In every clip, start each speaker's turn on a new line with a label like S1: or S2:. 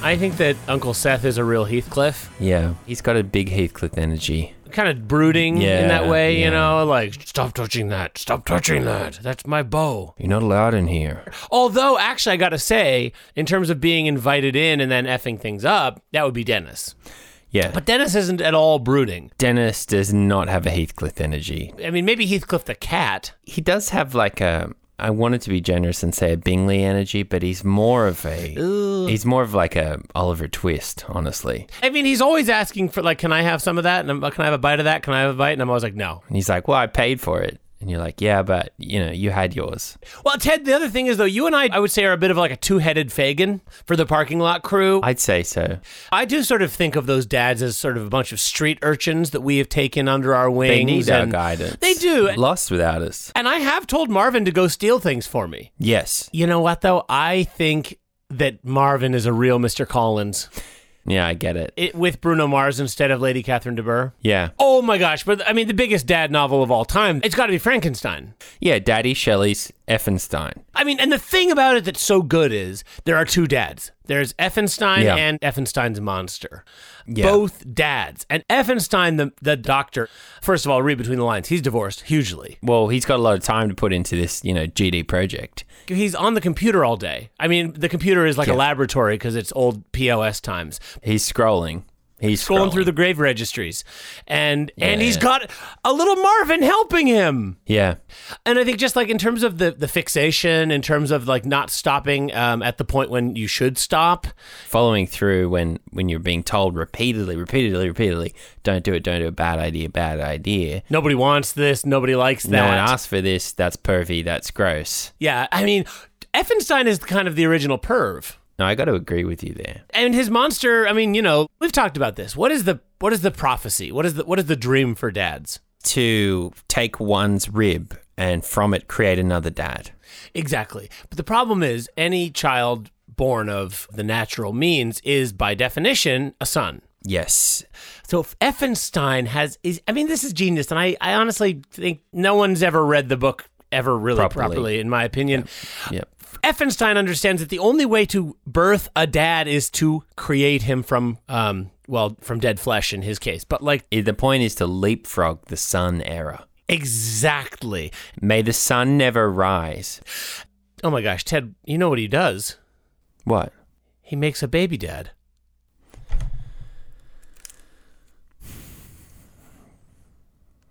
S1: I think that Uncle Seth is a real Heathcliff.
S2: Yeah, he's got a big Heathcliff energy.
S1: Kind of brooding in that
S2: Yeah,
S1: way, you
S2: yeah.
S1: know, like, stop touching that. Stop touching that. That's my bow.
S2: You're not allowed in here.
S1: Although, actually, I got to say, in terms of being invited in and then effing things up, that would be Dennis.
S2: Yeah,
S1: But Dennis isn't at all brooding.
S2: Dennis does not have a Heathcliff energy.
S1: I mean, maybe Heathcliff the cat.
S2: He does have like a. I wanted to be generous and say a Bingley energy, but he's more of a. He's more of like a Oliver Twist, honestly.
S1: I mean, he's always asking for, like, can I have some of that? And I'm, can I have a bite of that? Can I have a bite? And I'm always like, no.
S2: And he's like, "Well, I paid for it," and you're like, "Yeah, but you know, you had yours."
S1: Well, Ted, the other thing is, though, you and I, I would say, are a bit of like a two headed Fagin for the parking lot crew.
S2: I'd say so.
S1: I do sort of think of those dads as sort of a bunch of street urchins that we have taken under our wings.
S2: They need our
S1: and-
S2: guidance.
S1: They do.
S2: Lost without us.
S1: And I have told Marvin to go steal things for me.
S2: Yes.
S1: You know what, though? I think that Marvin is a real Mr. Collins
S2: Yeah, I get it.
S1: it, with Bruno Mars instead of Lady Catherine de Bourgh.
S2: Yeah.
S1: Oh my gosh. But I mean, the biggest dad novel of all time, it's got to be Frankenstein.
S2: Yeah, Daddy Shelley's Effenstein.
S1: I mean, and the thing about it that's so good is there are two dads. There's Effenstein
S2: Yeah.
S1: and Effenstein's monster.
S2: Yeah.
S1: Both dads. And Effenstein, the, the doctor, first of all, read between the lines, he's divorced hugely.
S2: Well, he's got a lot of time to put into this, you know, GD project.
S1: He's on the computer all day. I mean, the computer is like a
S2: Yeah.
S1: laboratory because it's old POS times.
S2: He's scrolling. He's
S1: Scrolling
S2: scrolling,
S1: through the grave registries. And and
S2: Yeah.
S1: he's got a little Marvin helping him.
S2: Yeah.
S1: And I think just like in terms of the, the fixation, in terms of like not stopping um, at the point when you should stop,
S2: Following through when when you're being told repeatedly, repeatedly, repeatedly, don't do it, don't do it, bad idea, bad idea.
S1: nobody wants this, nobody likes that.
S2: No one asked for this. That's pervy. That's gross.
S1: Yeah, I mean, Effenstein is kind of the original perv.
S2: No, I got to agree with you there.
S1: And his monster, I mean, you know, we've talked about this. What is the what is the prophecy? What is the what is the dream for dads?
S2: To take one's rib and from it create another dad.
S1: Exactly. But the problem is any child born of the natural means is by definition a son.
S2: Yes.
S1: So if Effenstein has is I mean this is genius and I, I honestly think no one's ever read the book ever really properly,
S2: Properly.
S1: in my opinion.
S2: Yep.
S1: Effenstein understands that the only way to birth a dad is to create him from um well from dead flesh in his case. But like
S2: The point is to leapfrog the sun era.
S1: exactly.
S2: May the sun never rise.
S1: Oh my gosh, Ted, you know what he does?
S2: What?
S1: He makes a baby dad.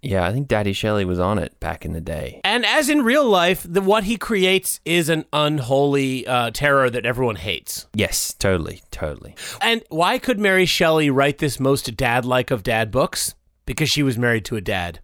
S2: Yeah, I think Daddy Shelley was on it back in the day.
S1: And as in real life, the what he creates is an unholy uh, terror that everyone hates.
S2: Yes, totally, totally.
S1: And why could Mary Shelley write this most dad like of dad books? Because she was married to a dad.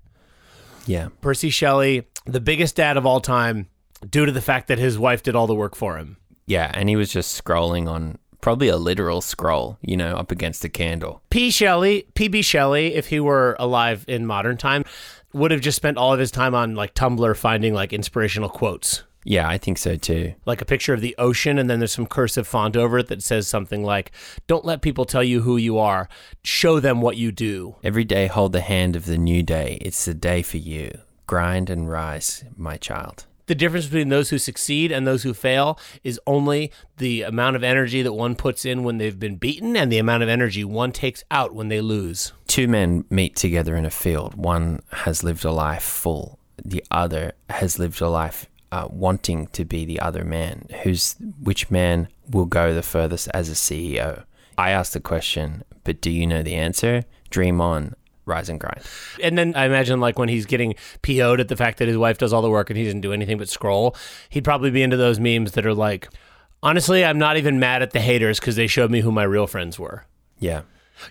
S2: Yeah.
S1: Percy Shelley, the biggest dad of all time, due to the fact that his wife did all the work for him.
S2: Yeah, and he was just scrolling on probably a literal scroll, you know, up against a candle.
S1: P. Shelley, P.B. Shelley, if he were alive in modern time, would have just spent all of his time on like Tumblr finding like inspirational quotes.
S2: Yeah, I think so too.
S1: Like a picture of the ocean, and then there's some cursive font over it that says something like, Don't let people tell you who you are, show them what you do.
S2: Every day hold the hand of the new day. It's the day for you. Grind and rise, my child.
S1: the difference between those who succeed and those who fail is only the amount of energy that one puts in when they've been beaten and the amount of energy one takes out when they lose.
S2: Two men meet together in a field. One has lived a life full, the other has lived a life uh, wanting to be the other man. Who's which man will go the furthest as a CEO? I asked the question, but do you know the answer? Dream on, rise and grind.
S1: And then I imagine, like, when he's getting PO'd at the fact that his wife does all the work and he doesn't do anything but scroll, he'd probably be into those memes that are like, honestly, I'm not even mad at the haters because they showed me who my real friends were.
S2: Yeah.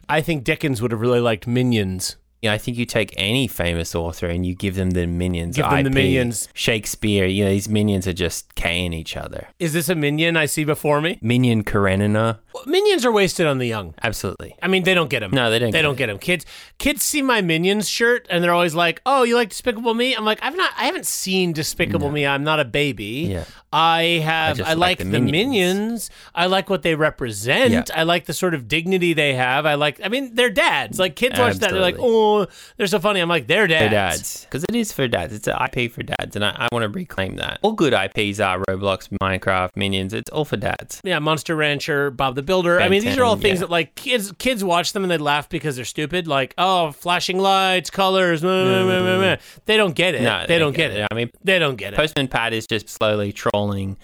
S1: I think Dickens would have really liked Minions.
S2: Yeah, I think you take any famous author and you give them the minions.
S1: Give them the
S2: IP.
S1: minions.
S2: Shakespeare, you know, these minions are just K-ing each other.
S1: Is this a minion I see before me?
S2: Minion Karenina.
S1: Minions are wasted on the young.
S2: Absolutely.
S1: I mean, they don't get him.
S2: No, they don't
S1: They
S2: get
S1: don't get him. Kids, kids see my Minions shirt and they're always like, "Oh, you like Despicable Me?" I'm like, "I've not. I haven't seen Despicable Me. I'm not a baby.
S2: Yeah.
S1: I have. I,
S2: just
S1: like,
S2: like
S1: the,
S2: the
S1: minions.
S2: Minions.
S1: I like what they represent.
S2: Yeah.
S1: I like the sort of dignity they have. I like. I mean, they're dads. Like kids watch that. They're like, "Oh, they're so funny." I'm like, "They're dads."
S2: For dads. Because it is for dads. It's an IP for dads, and I, I want to reclaim that. All good IPs are Roblox, Minecraft, Minions. It's all for dads.
S1: Yeah, Monster Rancher, Bob the the Builder. I
S2: Ben
S1: mean, these are all
S2: 10,
S1: things
S2: yeah.
S1: that like kids kids watch them and they laugh because they're stupid. Like, oh, flashing lights, colors. meh, meh, meh, meh, meh. They don't get it.
S2: Mm-hmm. No,
S1: they don't get it.
S2: I mean,
S1: They don't get it.
S2: Postman Pat is just slowly trolling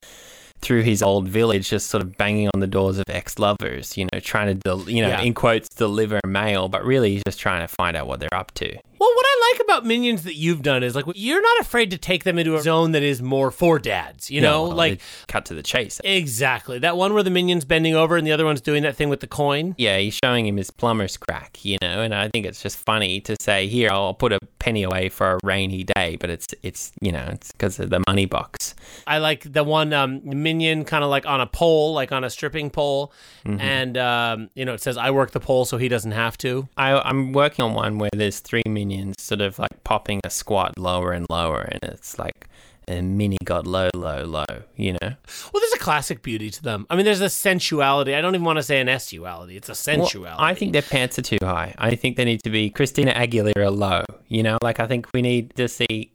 S2: through his old village, just sort of banging on the doors of ex-lovers, you know, trying to, del- you know,
S1: Yeah.
S2: in quotes, deliver mail, but really he's just trying to find out what they're up to.
S1: Well, what I like about Minions that you've done is like you're not afraid to take them into a zone that is more for dads. You know,
S2: well,
S1: like
S2: they cut to the chase.
S1: exactly that one where the Minion's bending over and the other one's doing that thing with the coin.
S2: Yeah, he's showing him his plumber's crack, you know, and I think it's just funny to say, here, I'll put a penny away for a rainy day, but it's, it's, you know, it's because of the money box.
S1: I like the one um, minion kind of like on a pole, like on a stripping pole,
S2: Mm-hmm.
S1: and um, you know it says I work the pole so he doesn't have to.
S2: I, I'm working on one where there's three minions sort of like popping a squat lower and lower, and it's like a mini got low, low, low, you know?
S1: Well, there's a classic beauty to them. I mean, there's a sensuality. I don't even want to say an essuality. It's a
S2: Well,
S1: sensuality.
S2: I think their pants are too high. I think they need to be Christina Aguilera low, you know? Like, I think we need to see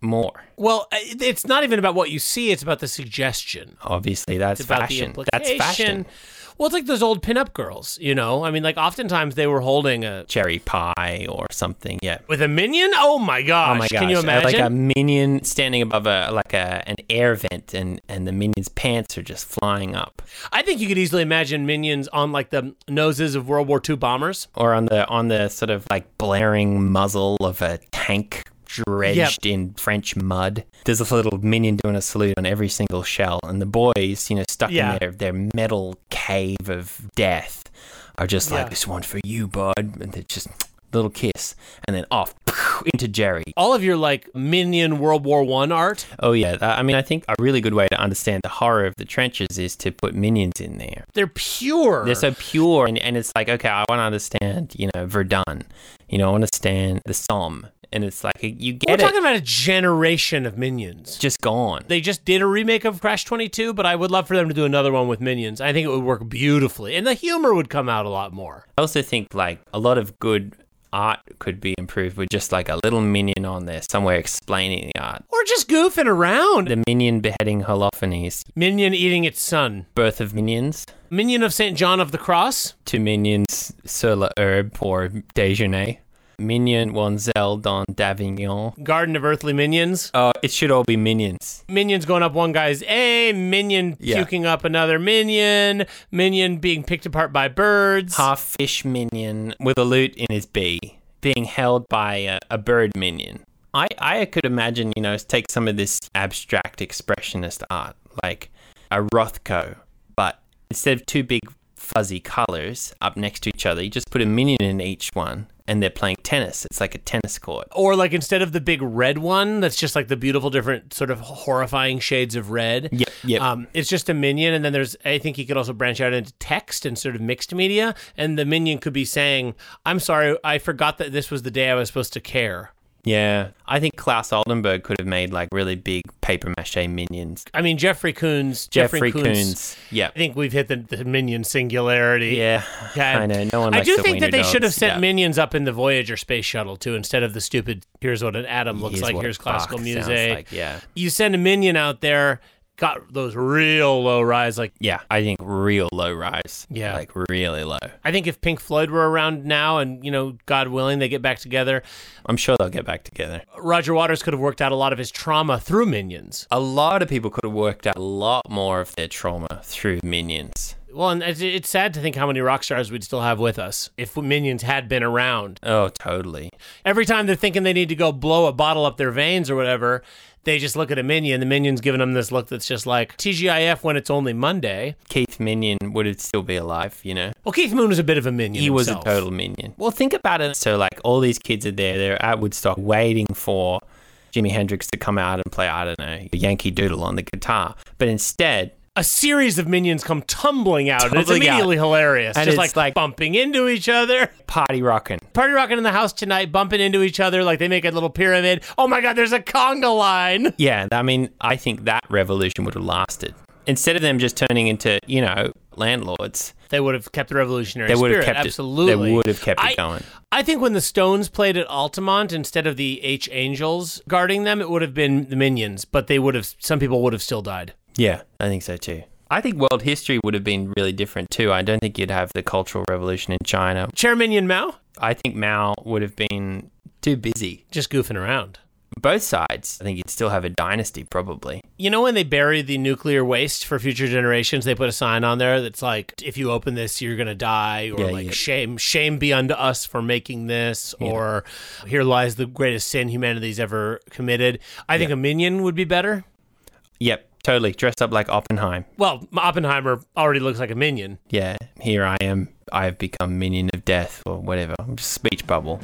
S2: more.
S1: Well, it- it's not even about what you see. It's about the suggestion.
S2: Obviously, that's
S1: It's about
S2: fashion.
S1: the
S2: That's
S1: implication.
S2: fashion.
S1: Well, it's like those old pinup girls. You know, I mean, like oftentimes they were holding a
S2: Cherry pie or something, yeah.
S1: with a minion. Oh my gosh!
S2: Oh my gosh!
S1: Can you
S2: Uh,
S1: imagine?
S2: Like a minion standing above a like a an air vent, and and the minion's pants are just flying up,
S1: I think you could easily imagine minions on like the noses of World War II bombers.
S2: or on the on the sort of like blaring muzzle of a tank dredged in French mud. There's a little minion doing a salute on every single shell, and the boys, you know, stuck
S1: Yeah.
S2: in their their metal cave of death, are just
S1: Yeah.
S2: like this one for you, bud, and they just little kiss, and then off into Jerry.
S1: all of your like minion World War One art.
S2: Oh yeah, I I mean, I think a really good way to understand the horror of the trenches is to put minions in there.
S1: They're pure.
S2: They're so pure, and, and it's like, okay, I want to understand, you know, Verdun, you know, I want to understand the Somme, and it's like you
S1: We're
S2: get it,
S1: talking about a generation of minions.
S2: just gone.
S1: They just did a remake of Crash 22, but I would love for them to do another one with minions. I think it would work beautifully, and the humor would come out a lot more.
S2: I also think like a lot of good art could be improved with just like a little minion on there somewhere explaining the art.
S1: Or just goofing around.
S2: The minion beheading Holofernes,
S1: Minion eating its son.
S2: birth of minions,
S1: Minion of St. John of the Cross.
S2: two minions, sur la herbe or déjeuner. Minion Wanzel dans d'Avignon.
S1: Garden of Earthly Minions.
S2: Uh, it should all be minions.
S1: Minions going up one guy's A. Minion
S2: Yeah.
S1: puking up another minion. Minion being picked apart by birds.
S2: Half fish minion with a loot in his B, being held by a, a bird minion. I, I could imagine, you know, take some of this abstract expressionist art, like a Rothko, but instead of two big fuzzy colors up next to each other, you just put a minion in each one and they're playing tennis. It's like a tennis court.
S1: or like instead of the big red one that's just like the beautiful different sort of horrifying shades of red
S2: Yep, yep.
S1: um, it's just a minion and then there's i think he could also branch out into text and sort of mixed media and the minion could be saying i'm sorry i forgot that this was the day i was supposed to care
S2: Yeah. I think Klaus Oldenburg could have made like really big paper mache minions.
S1: i mean jeffrey coons
S2: Jeffrey
S1: Koons-
S2: Koons. Yeah.
S1: i think we've hit the, the minion singularity
S2: Yeah.
S1: Okay.
S2: I know. No one
S1: I
S2: likes
S1: do
S2: the
S1: think that
S2: wiener
S1: they should have
S2: dogs.
S1: sent
S2: Yeah.
S1: minions up in the Voyager space shuttle too, instead of the stupid. Here's what an atom looks
S2: Here's
S1: like.
S2: what
S1: Here's classical
S2: Bach sounds
S1: music.
S2: like, yeah.
S1: you send a minion out there, got those real low rise. Like
S2: Yeah, I think real low rise.
S1: Yeah.
S2: like really low.
S1: I think if Pink Floyd were around now, and you know, God willing, they get back together,
S2: I'm sure they'll get back together.
S1: Roger Waters could have worked out a lot of his trauma through minions.
S2: A lot of people could have worked out a lot more of their trauma through minions.
S1: Well, and it's, it's sad to think how many rock stars we'd still have with us if minions had been around.
S2: Oh, totally.
S1: Every time they're thinking they need to go blow a bottle up their veins or whatever. They just look at a minion. The minion's giving them this look that's just like TGIF when it's only Monday.
S2: Keith Minion would have still be alive, you know.
S1: Well, Keith Moon was a bit of a minion.
S2: He was a
S1: himself.
S2: total minion. Well, think about it. So, like, all these kids are there. They're at Woodstock waiting for Jimi Hendrix to come out and play, I don't know, Yankee Doodle on the guitar. But instead,
S1: a series of minions come tumbling out, and it's
S2: Tumbling out.
S1: immediately hilarious.
S2: And
S1: just
S2: it's
S1: like,
S2: like-
S1: bumping into each other.
S2: party rocking.
S1: Party rocking in the house tonight, bumping into each other like they make a little pyramid. Oh my god, there's a conga line.
S2: Yeah, I mean, I think that revolution would have lasted. Instead of them just turning into, you know, landlords,
S1: They would have kept the revolutionary
S2: they would have
S1: spirit.
S2: kept
S1: Absolutely.
S2: it. They would have kept
S1: I,
S2: it going.
S1: I think when the Stones played at Altamont, instead of the H Angels guarding them, it would have been the minions, but they would have some people would have still died.
S2: Yeah, I think so too. I think world history would have been really different too. I don't think you'd have the Cultural Revolution in China.
S1: Chairman Yin Mao
S2: I think Mao would have been too busy.
S1: just goofing around.
S2: Both sides, I think you'd still have a dynasty probably.
S1: You know when they bury the nuclear waste for future generations, they put a sign on there that's like, "If you open this, you're gonna die," or
S2: Yeah,
S1: like,
S2: yeah.
S1: "Shame, shame be unto us for making this," or "Here lies the greatest sin humanity's ever committed." I think a minion would be better.
S2: Yep, totally. Dressed up like Oppenheim.
S1: Well, Oppenheimer already looks like a minion.
S2: Yeah, here I am. I have become minion of death or whatever. Speech bubble.